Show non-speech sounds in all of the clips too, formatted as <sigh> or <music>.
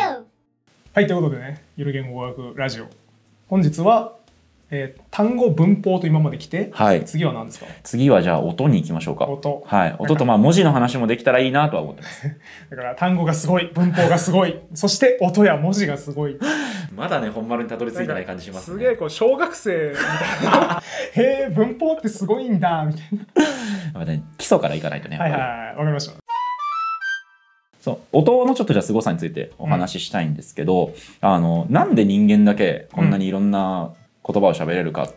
はい、ということでね、ゆる言語学ラジオ。本日は、えー単語文法と今まで来て、はい次は何ですか次はじゃあ音に行きましょうか。音はい。音とまあ文字の話もできたらいいなとは思ってます。だから単語がすごい、文法がすごい、そして音や文字がすごい。まだね、本丸にたどり着いてない感じしますげえね。こう、小学生み <laughs> たいな。へえ、文法ってすごいんだ、みたいやっぱね、基礎からいかないとね、な。やっはぱいり。はいはい、わかりました。そう、音のちょっとじゃあ凄さについてお話ししたいんですけど、あの、なんで人間だけこんなにいろんな言葉を喋れるかって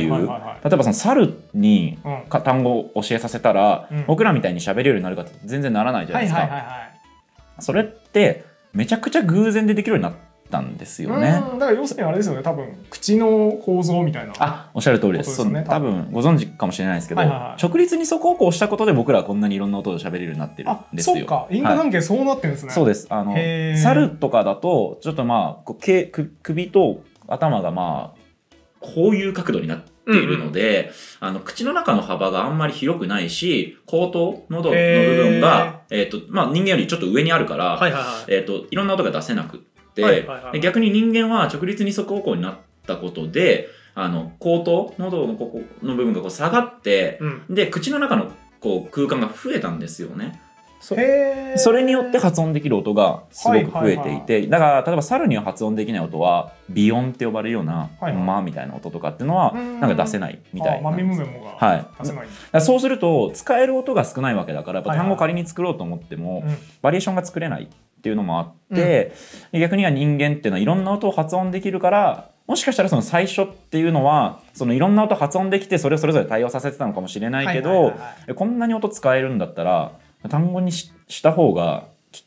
いう、はいはいはいはい例えばその猿にうんか単語を教えさせたら、うん僕らみたいに喋れるようになるかって全然ならないじゃなはいいですか。はいはいはい。それって、めちゃくちゃ偶然でできるようになったんですよね。うんだから要するにあれですよね、多分口の構造みたいな。あおっしゃる通りですことですねそう多分ご存知かもしれないですけど、はいはいはい直立二足歩行したことで僕らはこんなにいろんな音を喋れるようになってるんあですよそっか、因果はい関係そうなってるんですね。そうですあのへー猿とかだとちょっとまあこうけく首と頭がまあこういう角度になっているので、あの口の中の幅があんまり広くないし口頭喉の部分が、えっとまあ、人間よりちょっと上にあるから、はいはいはい。えっといろんな音が出せなくって、はいはいはいで逆に人間は直立二足歩行になったことであの口頭喉のここの部分がこう下がってうん、で口の中のこう空間が増えたんですよね。そへーそれによって発音できる音がすごく増えていて、だから例えば猿には発音できない音は鼻音って呼ばれるような「はいはいま」みたいな音とかっていうのはうんなんか出せないみたあいなマんミです。ムメモがはい、出せない。だからそうすると使える音が少ないわけだからやっぱはいはい単語仮に作ろうと思っても、うんバリエーションが作れないっていうのもあって、で逆には人間っていうのはいろんな音を発音できるからもしかしたらその最初っていうのはそのいろんな音発音できてそれをそれぞれ対応させてたのかもしれないけど、はいはいはいはいこんなに音使えるんだったら単語にしした方が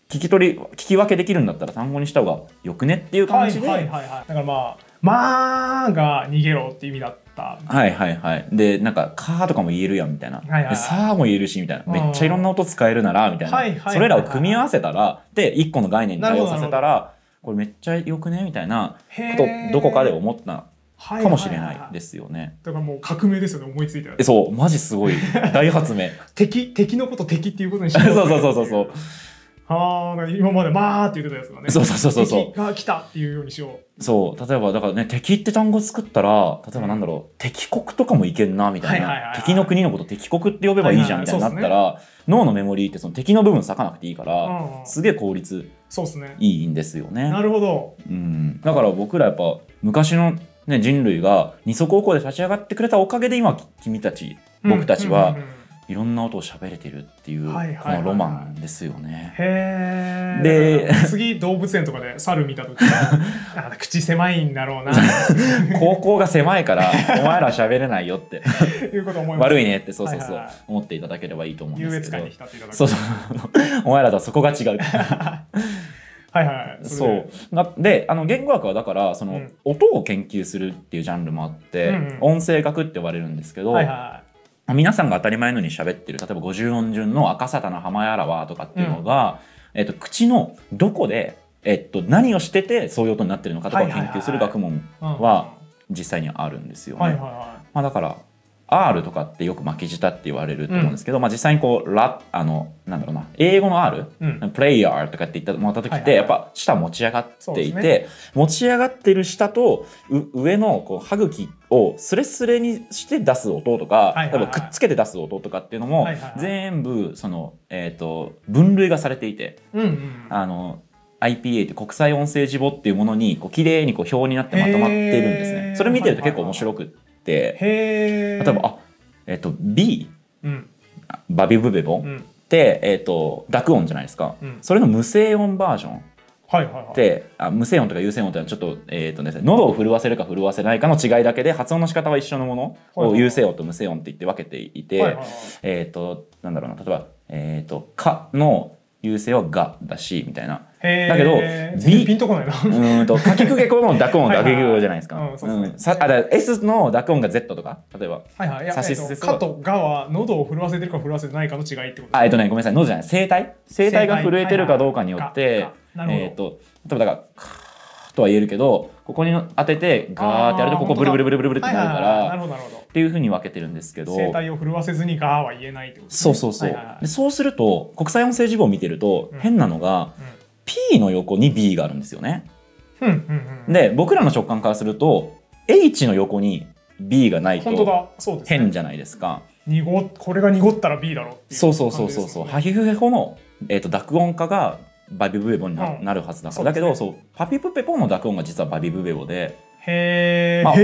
き聞き取り聞き分けできるんだったら単語にした方がよくねっていうは感いじで。はいはいはい。だからまあ、まあが逃げろって意味だった。はいはいはい。で、なんか、かーとかも言えるやんみたいな。いはいはいでさーも言えるしみたいな。めっちゃいろんな音使えるなら、みたいな、はいはいはいはいそれらを組み合わせたら、で、一個の概念に対応させなたら、これめっちゃよくねみたいなへことをーどこかで思ったはいかもしれはないはでいすよね。だからもう革命ですよね、思いついたやえつ。そう、マジ <laughs> すごい。大発明。敵、敵のこと敵っていうことにしそよううそうそうそうそう。ああ、だから今までまあって言ってたやつがね。そうそうそうそうそう敵が来たっていうようにしよう。そう、例えばだからね、敵って単語作ったら、例えばなんだろう、敵国とかもいけんな、みたはいいはいはいなは。い敵の国のこと敵国って呼べばいいじゃん、みたいになったはいら、脳のメモリーってその敵の部分割かなくていいかうら、んうんすげえ効率そうですね。いいんですよねな。るほど。うん、だから僕らやっぱ昔の、ね、人類が二足歩行で立ち上がってくれたおかげで今き君たちうん僕たちはうんうんうんいろんな音を喋れてるっていうはいはいこはいはいのロマンですよね。へえ。で次動物園とかで猿見た <laughs> 時あ口狭いんだろうなっ高校が狭 <laughs> いからお前ら喋れないよってていうことを思います。悪いいねってそうそうそうはいはいはい思っていただければいいと思うんで優す越け感どに。浸っていただく。そうそうお前らとはそこが違う <laughs> はいはい。それでうなであの言語学はだからその、うん音を研究するっていうジャンルもあって、うんうん音声学って呼ばれるんですけど、はいは皆さんが当たり前のように喋ってる例えば五十音順の赤沙汰の浜やらわとかっていうのが、えっと、口のどこで、えっと、何をしててそういう音になってるのかとかをはいはい研はい究する学問い。うんは実際にあるんですよね。はいはいはまあ、だから R とかってよく巻き舌って言われると思うんですけど、まあ、実際にこうラあのなんだろうな英語の R、うんプレイヤーとかって言ったもらった時はいって、はいはいやっぱ舌持ち上がっそうてでいすて、ね持ち上がってる舌とう上のこう歯茎をスレスレにして出す音とか、はいはいはい例えばくっつけて出す音とかっていうのも、はいはいはい全部その、えー、と分類がされていてい。うんうん。あの IPA って国際音声字母っていうものにこう綺麗にこう表になってまとまっているんですへねー。それ見てると結構面白くって。へえ。例えば、あえっ、と B うんバビブベボうンっん。て、えっ、と濁音じゃないですか、うんそれの無声音バージョンっはいはいはい。てあ無声音とか有声音というのはちょっと,、えっとね、喉を震わせるか震わせないかの違いだけで発音の仕方は一緒のものはいをはい有声音と無声音って言って分けていて、はいはいはいえっ、となんだろうな例えば「えっとか」の有声は「が」だしみたいな。へーだけど全然 B ピンとこないな。 <laughs> うーんとかきくけこの濁音はいだはいけ語じゃないですか。うんそうですねんさあだから S の濁音が Z とか例えばはいはい。いや、差しえっ進とめかとがは喉を震わせてるか震わせてないかの違いってことあえっとねごめんなさい喉じゃない声帯声帯が震えてるかどうかによっはいてはいはいなるほどえっと例えばだからカーとは言えるけどここに当ててガーってやるとここブルブルブルブルブルってなるかはいはいはいなるらほどなるほっていうふうに分けてるんですけど。ど声帯を震わせずにがは言えないってことですそね。うそうそはういはいはいでそうすると国際音声事項を見てるとうん変なのがうん P の横に B があるんですよねうんうんうん。で僕らの直感からすると H の横に B がない本当とだ。そうです、ね。変じゃないですか。濁っこれが濁ったら B だろっていそうそうそうそうそう、感ハヒフヘホの、えー、と濁音化がバビブベボにな,、うんるはずだからそうだですけねどそうパピプペポの濁音が実はバビブベボでじですよねへえ、まあへ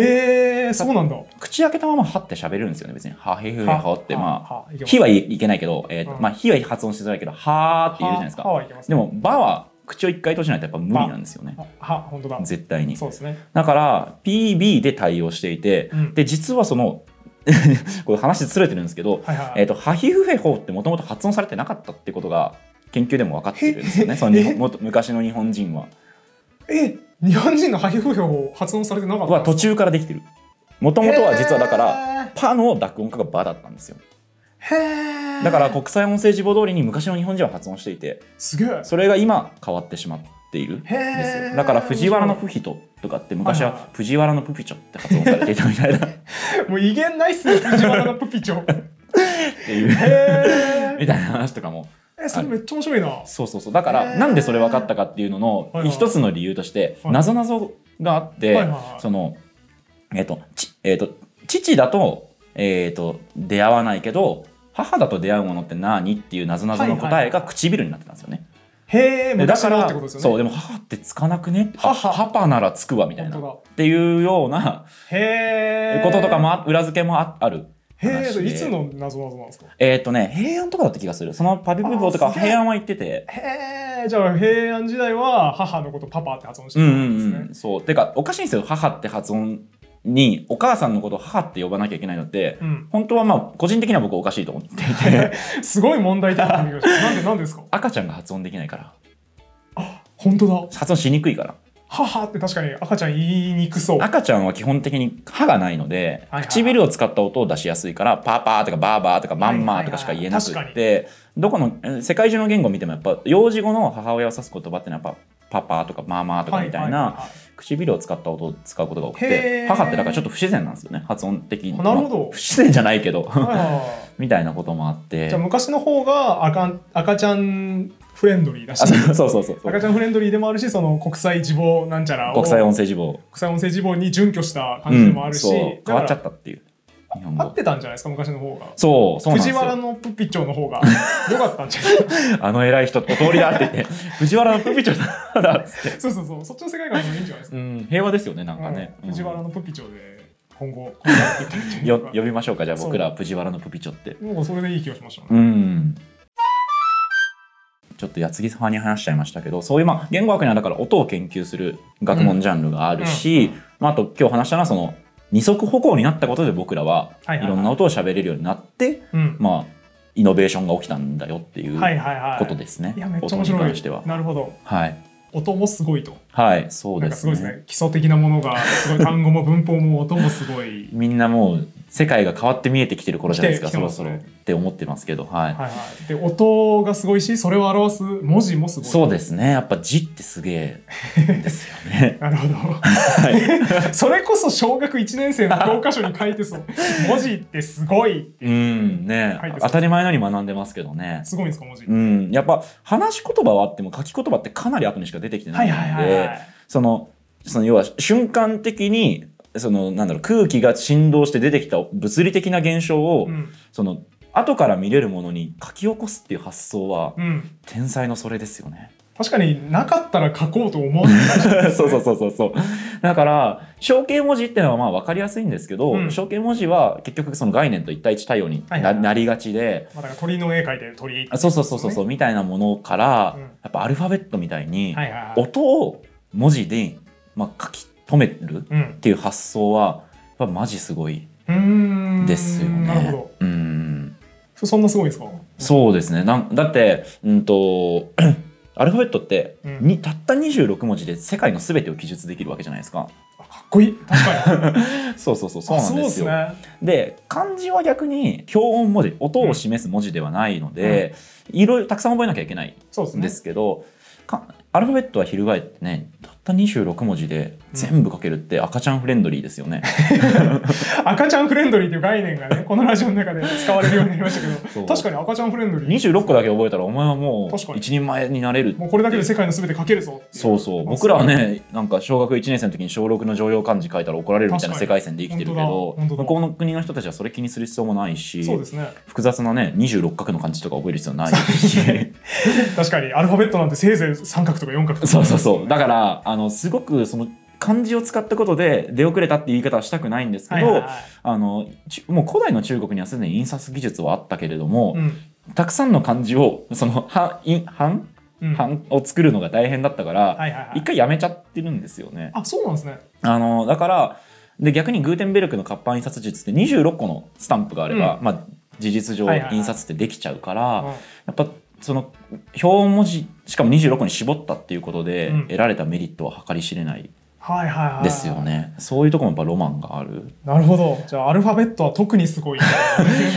え、そうなんだ。口開けたままはって喋るんですよね別に「ハヒフヘはホ」ってまあはは「いひ」はいいけないけど「えーとうんまあ、ひ」は発音しづらいけど「は」って言うじゃないですはかはいけます、でね。も「ば」は口を一回閉じないとやっぱ無理なんですよねでも、は、本当だ。絶対にそうですね。だから PB で対応していて、うんで実はその <laughs> これ話ずれてるんですけど、はいはい。えー、とハヒフヘホってもともと発音されてなかったってことが研究でも分かってるんですよねその日本もっと昔の日本人はえ、日本人のハイフ表を発音されてなかったんですか。は途中からできてるもともとは実はだから「パ」の濁音化が「バ」だったんですよへー。へーだから国際音声字母通りに昔の日本人は発音していてすげえ。それが今変わってしまっているへんですえ。よだから藤原のプヒトとかって昔はいははい藤原のプピチョって発音されていたみたいなっもう威厳ないっすね、藤原のプピチョ。ていうへえ。みたいな話とかもえ、それめっちゃ面白いな。そうそうそうだかへらーなんでそれ分かったかっていうのはいのはい一つの理由としてはいなぞなぞがあっはて、いはいはいそのえっ、とちえっ、と父だとえっ、と出会わないけど母だと出会うものって何っていうなぞなぞの答えが唇になってたんですよね。へえ、でだ昔かのらってことですよね。そうでも母ってつかなくねあ母パならつくわみたいなっ本ていうような当だ。へえ。こととかもあ裏付けもあある。へ話え、でいつの謎謎なんですかえっ、とね平安とかだった気がするそのパピプボとあかーすげえ平安は言ってて。へえ、じゃあ平安時代は母のことパパって発音してうたんんですうね。んうん、そうてかおかしいんですよ母って発音にお母さんのことを母って呼ばなきゃいけないのって、うん本当はまあ個人的には僕おかしいと思っていてすごい問題点なんですなんでなんですか赤ちゃんが発音できないから本当だ。発音しにくいから母って確かに赤ちゃん言いにくそう。赤ちゃんは基本的に歯がないので、はいはい唇を使った音を出しやすいからパーパーとかバーバーとかマンマーとかしか言えなくって、はいはいどこのえー世界中の言語見てもやっぱ幼児語の母親を指す言葉ってのはやっぱパパとかマーマーとかみたいな、は唇を使った音を使うことが多くへてー母ってだからちょっと不自然なんですよね発音的になるほどまあ不自然じゃないけど <laughs> いはいはいはいはいみたいなこともあってじゃあ昔の方が赤赤ちゃんフレンドリーだしあそうそうそうそう赤ちゃんフレンドリーでもあるしその国際字母なんちゃらを国際音声字母国際音声字母に準拠した感じでもあるし、うんそう変わっちゃだかったっていう日本ら合っ語てたんじゃないですか昔の方がそうそうなんです藤原よのプピチョの方が良かったんじゃないですか <laughs> あの偉い人お通りだって <laughs> 言って藤原のプピチョだだっつって、そうそうそうそっちの世界観もいいんじゃないですか、うん、平和ですよねなんかね、うんうん藤原のプピチョで今 <laughs> 後こんなっていったんじゃないですかよ呼びましょうかじゃあ僕ら藤原のプピチョってなんかそれでいい気がしましたね、うんちょっと矢継ぎ派に話しちゃいましたけどそういうまあ言語学にはだから音を研究する学問ジャンルがあるし、まあ、あと今日話したのはその二足歩行になったことで僕らははいはいいはいろんな音を喋れるようになって、うんまあ、イノベーションが起きたんだよっていうはいはいはいことですね、いやめっちゃ音面に白関いしては。なるほどはい、音もすごいとはい、そうなんでかすすごいねですね基礎的なものがすごい単語も文法も音もすごいみんなもう世界が変わって見えてきてる頃じゃないですか来てそきてろますねそろって思ってますけど、はいはいはい、で音がすごいしそれを表す文字もすごい。そうですねやっぱ字ってすげえですよねなるほど、 <laughs> それこそ小学1年生の教科書に書いてそう文字ってすごいってうんねはい当たり前のように学んでますけどね。すごいんですか文字、うん、やっぱ話し言葉はあっても書き言葉ってかなり後にしか出てきてなはいいのはいはいはいでそのその要は瞬間的にそのなんだろう空気が振動して出てきた物理的な現象を、うんその後から見れるものに書き起こすっていう発想はうん、天才のそれですよね。確かになかったら書こうと思わない <laughs> そうそうそうそうそう。だから象形文字っていうのはまあ分かりやすいんですけど、うん象形文字は結局その概念と一対一対応にな,、はいはいなりがちで。まあだから鳥の絵描いてる鳥あそうそうそうそうそう、みたいなものから、うんやっぱアルファベットみたいに、はいはいはい、音を文字で、まあ、書き留めるうっんていう発想はやっぱマジすごいうーんですよね。なるほどうんそそんなすごいんですかそうですねなんだって、うん、と <clears throat> アルファベットって、うんにたった26文字で世界の全てを記述できるわけじゃないですか。あかっこいい確かにそうそう <laughs> そうそうあなんそうでですすよ。ねで漢字は逆に表音文字音を示す文字ではないので、いろいろたくさん覚えなきゃいけないそうですんねですけど、かアルファベットは翻ってねたった26文字で全部書けるって赤ちゃんフレンドリーですよね、赤ちゃんフレンドリーという概念が <laughs> ね、このラジオの中で使われるようになりましたけそうど、確かに赤ちゃんフレンドリー。 26個だけ覚えたらお前はも確かうに一人前になれるもうこれだけで世界のすべて書けるぞっていそうそう僕らはねなんか小学1年生の時に小6の常用漢字書いたら怒られるみたいな世確界線で生きてるけ本当どだ本当だ向こうの国の人たちはそれ気にする必要もないしそうですね。複雑なね26画の漢字とか覚える必要ないしそ確かに、アルファベットなんてせいぜい三角とか四角とか。 <laughs> そうそうそう。だから、あの、すごくその、漢字を使ったことで出遅れたって言い方はしたくないんですけはいど、はいはいあのちもう古代の中国にはすでに印刷技術はあったけれども、うんたくさんの漢字をその <laughs> はん版うんはい版を作るのが大変だったから、はいはい。一回やめちゃってるんですよね。あ、そうなんですね。あのだからで逆にグーテンベルクの活版印刷術って26個のスタンプがあれば、まあ、事実上はいはいはい印刷ってできちゃうから、うんやっぱその表文字しかも26個に絞ったっていうことで、うん得られたメリットは計り知れないはいはいはい。ですよ。ね、そういうとこもやっぱロマンがあるなるほど。じゃあ、アルファベットは特にすごい。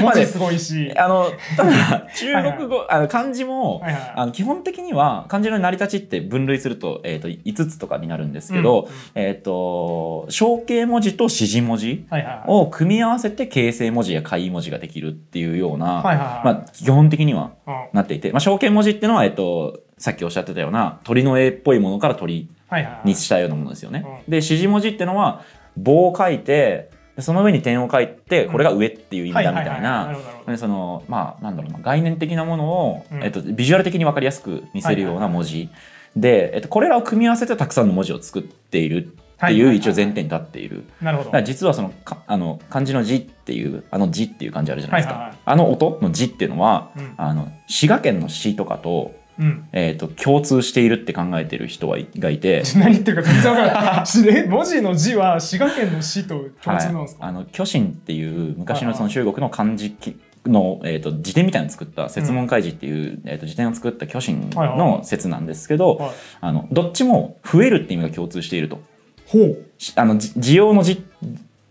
文字すごいし。あ <laughs> のただ中国語あの漢字も、はいはいあの基本的には漢字の成り立ちって分類すると,、えー、と5つとかになるんですけど、えっ、と象形文字と指示文字はいはいはい。を組み合わせて形成文字や解文字ができるっていうような、はいはいはいまあ、基本的にはうんなっていて、まあ、象形文字っていうのは、えっと、さっきおっしゃってたような鳥の絵っぽいものから鳥はいはいはい。にしたようなものですよね。うんで指示文字っていうのは棒を書いてでその上に点を書いてこれが上っていう意味だみたいはははななるほどなるほどでそのまあなんだろうな概念的なものを、うんえっと、ビジュアル的に分かりやすく見せるような文字で、えっと、これらを組み合わせてたくさんの文字を作っているってはいいはうい一応前提に立っている。なるほだどから。実はそのかあの漢字の字っていうあの字っていう漢字あるじゃないですか、はいはいはいあの音の字っていうのはうんあの滋賀県の詩とかと,、うん。えっと共通しているって考えてる人はいが <laughs> いて。何言ってるか全然わからない <laughs> し。え文字の字は滋賀県の市と共通なんですか、はい、あの巨神っていう昔はいのはいその中国の漢字きの、えー、と辞典みたいなのを作った説問開示っていう、えー、と辞典を作った巨神はいはの説なんですけど、はいあのどっちも増えるって意味が共通しているとほう。しあのじ需要の字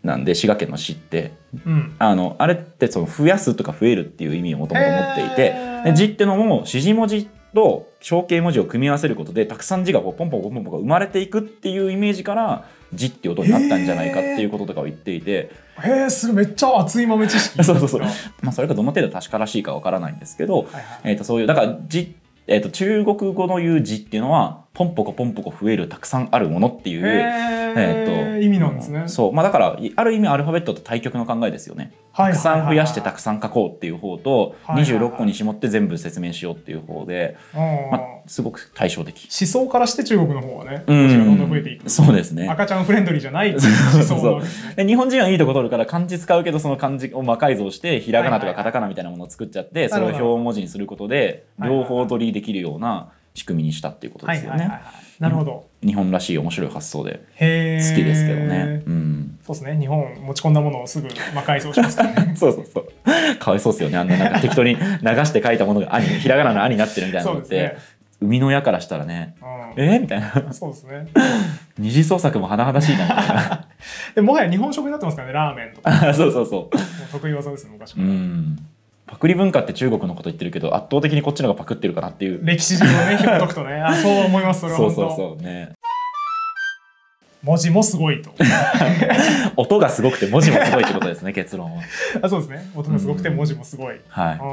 なんで滋賀県の字ってうん。あのあれってその増やすとか増えるっていう意味をもともと持っていて、へーで字ってのも指示文字と象形文字を組み合わせることでたくさん字がこうポンポンポンポンポン生まれていくっていうイメージから字っていう音になったんじゃないかっていうこととかを言っていて、へえ、すごい。めっちゃ熱い豆知識。 <laughs> そうそうそうはいまあ、それがどの程度確からしいかわからないんですけはど、い。えー、とそういうだから字、えー、と中国語の言う字っていうのはポンポコポンポコ増えるたくさんあるものっていう、へええ、意味なんですね。そうまあ、だからいある意味アルファベットと対極の考えですよね。はたいくさん増やしてはたいくさん書こうっていう方とはいはいはい26個に絞って全部説明しようっていう方で、はいはいうんまあ、すごく対照的。思想からして中国の方はね、うこちらどんどん増えていく。そうですね赤ちゃんフレンドリーじゃないっていう思想なわけですね。 <laughs> で日本人はいいとこ取るから漢字使うけどその漢字を魔改造してひらがなとかカタカナみたいなものを作っちゃってそはいれをはい表文字にすることではいはい両方取りできるような仕組みにしたっていうことはでいすよはいはいはねい。なるほど。日本らしい面白い発想でへ好え。きですけどね。。うん、 <laughs> そうですね。日本持ち込んだものをすぐ魔改造しますからね。そうそうそうかわいそうですよねあんななんか適当に流して書いたものが「あ」にひらがなの「あ」になってるみたいなそうのっですて、ね。生みの親からしたらね「う。えーみたいなんそうですね。二次創作も甚だしいなみたい <laughs> なでもはや日本食になってますからね、ラーメンとか。あそうそうそうもう得意技ですね、昔かうら。んパクリ文化って中国のこと言ってるけど圧倒的にこっちの方がパクってるかなっていう歴史上をね、ひもとく <laughs> とね、あ、そう思います、それはそう本そう当。そうね文字もすごい <laughs> と。音がすごくて文字もすごいってことです <laughs> ね結論はあそうですね。音がすごくて文字もすごい。はいあー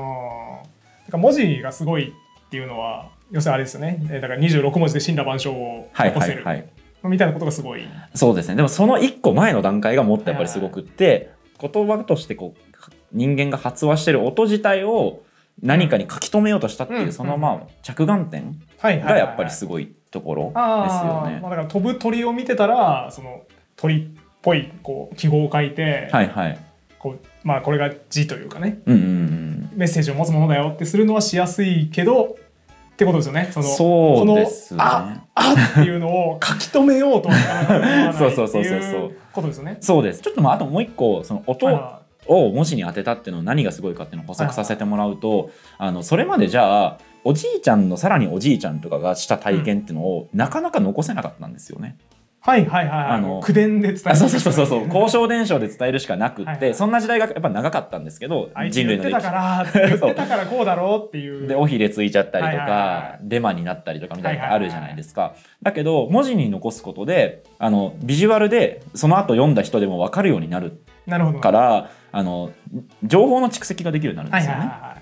だから文字がすごいっていうのは要するにあれですよねえーだから26文字で「神羅万象」をはい起こはせいるはいみたいなことがすごい。そうですねでもその一個前の段階がもっとやっぱりすごくって言葉としてこう人間が発話してる音自体を何かに書き留めようとしたっていううんそのまあ着眼点はいはいはいがやっぱりごいすごいところですあよーまねあ、だから飛ぶ鳥を見てたらその鳥っぽいこう記号を書いて、はいはいこうまあ、これが字というかねうんうんうんメッセージを持つものだよってするのはしやすいけどってことですよね。そのそうですねこのああっていうのを書き留めようとはなかなか <laughs> 思わないっていうことですよね。そうですちょっとまああともう一個その音はいはを文字に当てたっていうのは何がすごいかっていうのを補足させてもらうとあのそれまでじゃあおじいちゃんのさらにおじいちゃんとかがした体験っていうのをなかなか残せなかったんですよね。いはいはいはいはいあの口伝で伝えあるそうそうそうそうそう <laughs> 交渉伝承で伝えるしかなくって、はいはいそんな時代がやっぱ長かったんですけどあいつ人類言っのて歴た史から言ってたからこうだろうっていう <laughs> で尾ひれついちゃったりとか、はいはいはデマになったりとかみたいなのがあるじゃないですか、だけど文字に残すことであのビジュアルでその後読んだ人でも分かるようになるなるほどからあの情報の蓄積ができるようになはるんいではいすよはいね。はい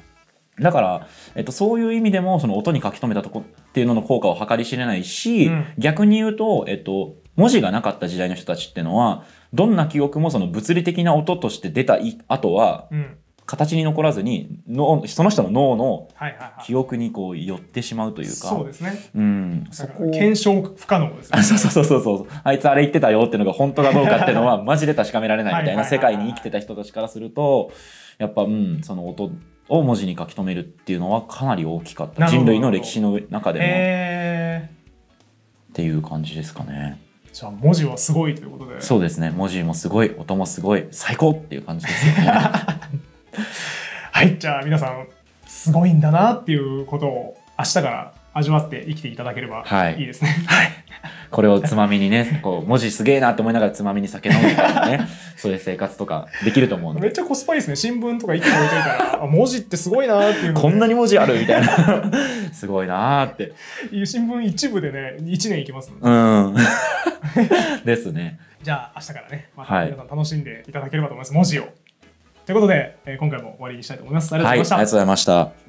だから、えっと、そういう意味でもその音に書き留めたとこっていうのの効果を計り知れないし、うん逆に言うと、えっと、文字がなかった時代の人たちってのはどんな記憶もその物理的な音として出たい後はうん形に残らずに脳その人の脳のはいはいはい記憶にこう寄ってしまうというかそうですねうん、だそからこを検証不可能ですねあそうそうそうそうそうあいつあれ言ってたよっていうのが本当かどうかっていうのはマジで確かめられないみたいはいはない世はいはい界に生きてた人たちからするとやっぱうんその音を文字に書き留めるっていうのはかなり大きかっなたるほど人類の歴史の中でもっえていう感じですかねー、じゃあ文字はすごいということでそうですね文字もすごい音もすごい最高っていう感じですよね <laughs> はいじゃあ皆さんすごいんだなっていうことを明日から味わって生きていただければはいいいですね、これをつまみにねこう文字すげえなって思いながらつまみに酒飲むみたい <laughs> なねそういう生活とかできると思うん <laughs> めでっちゃコスパいいですね新聞とか一個置いといたらあ文字ってすごいなっていうのこんなにに文字あるみたいな <laughs> すごいなーって新聞一部でね1年いきますのでうん。 <laughs> ですね。じゃあ明日からねまはたい皆さん楽しんでいただければと思います、文字をということで、えー今回も終わりにしたいと思いますありがはとうい、ありございまがしとた、うございました。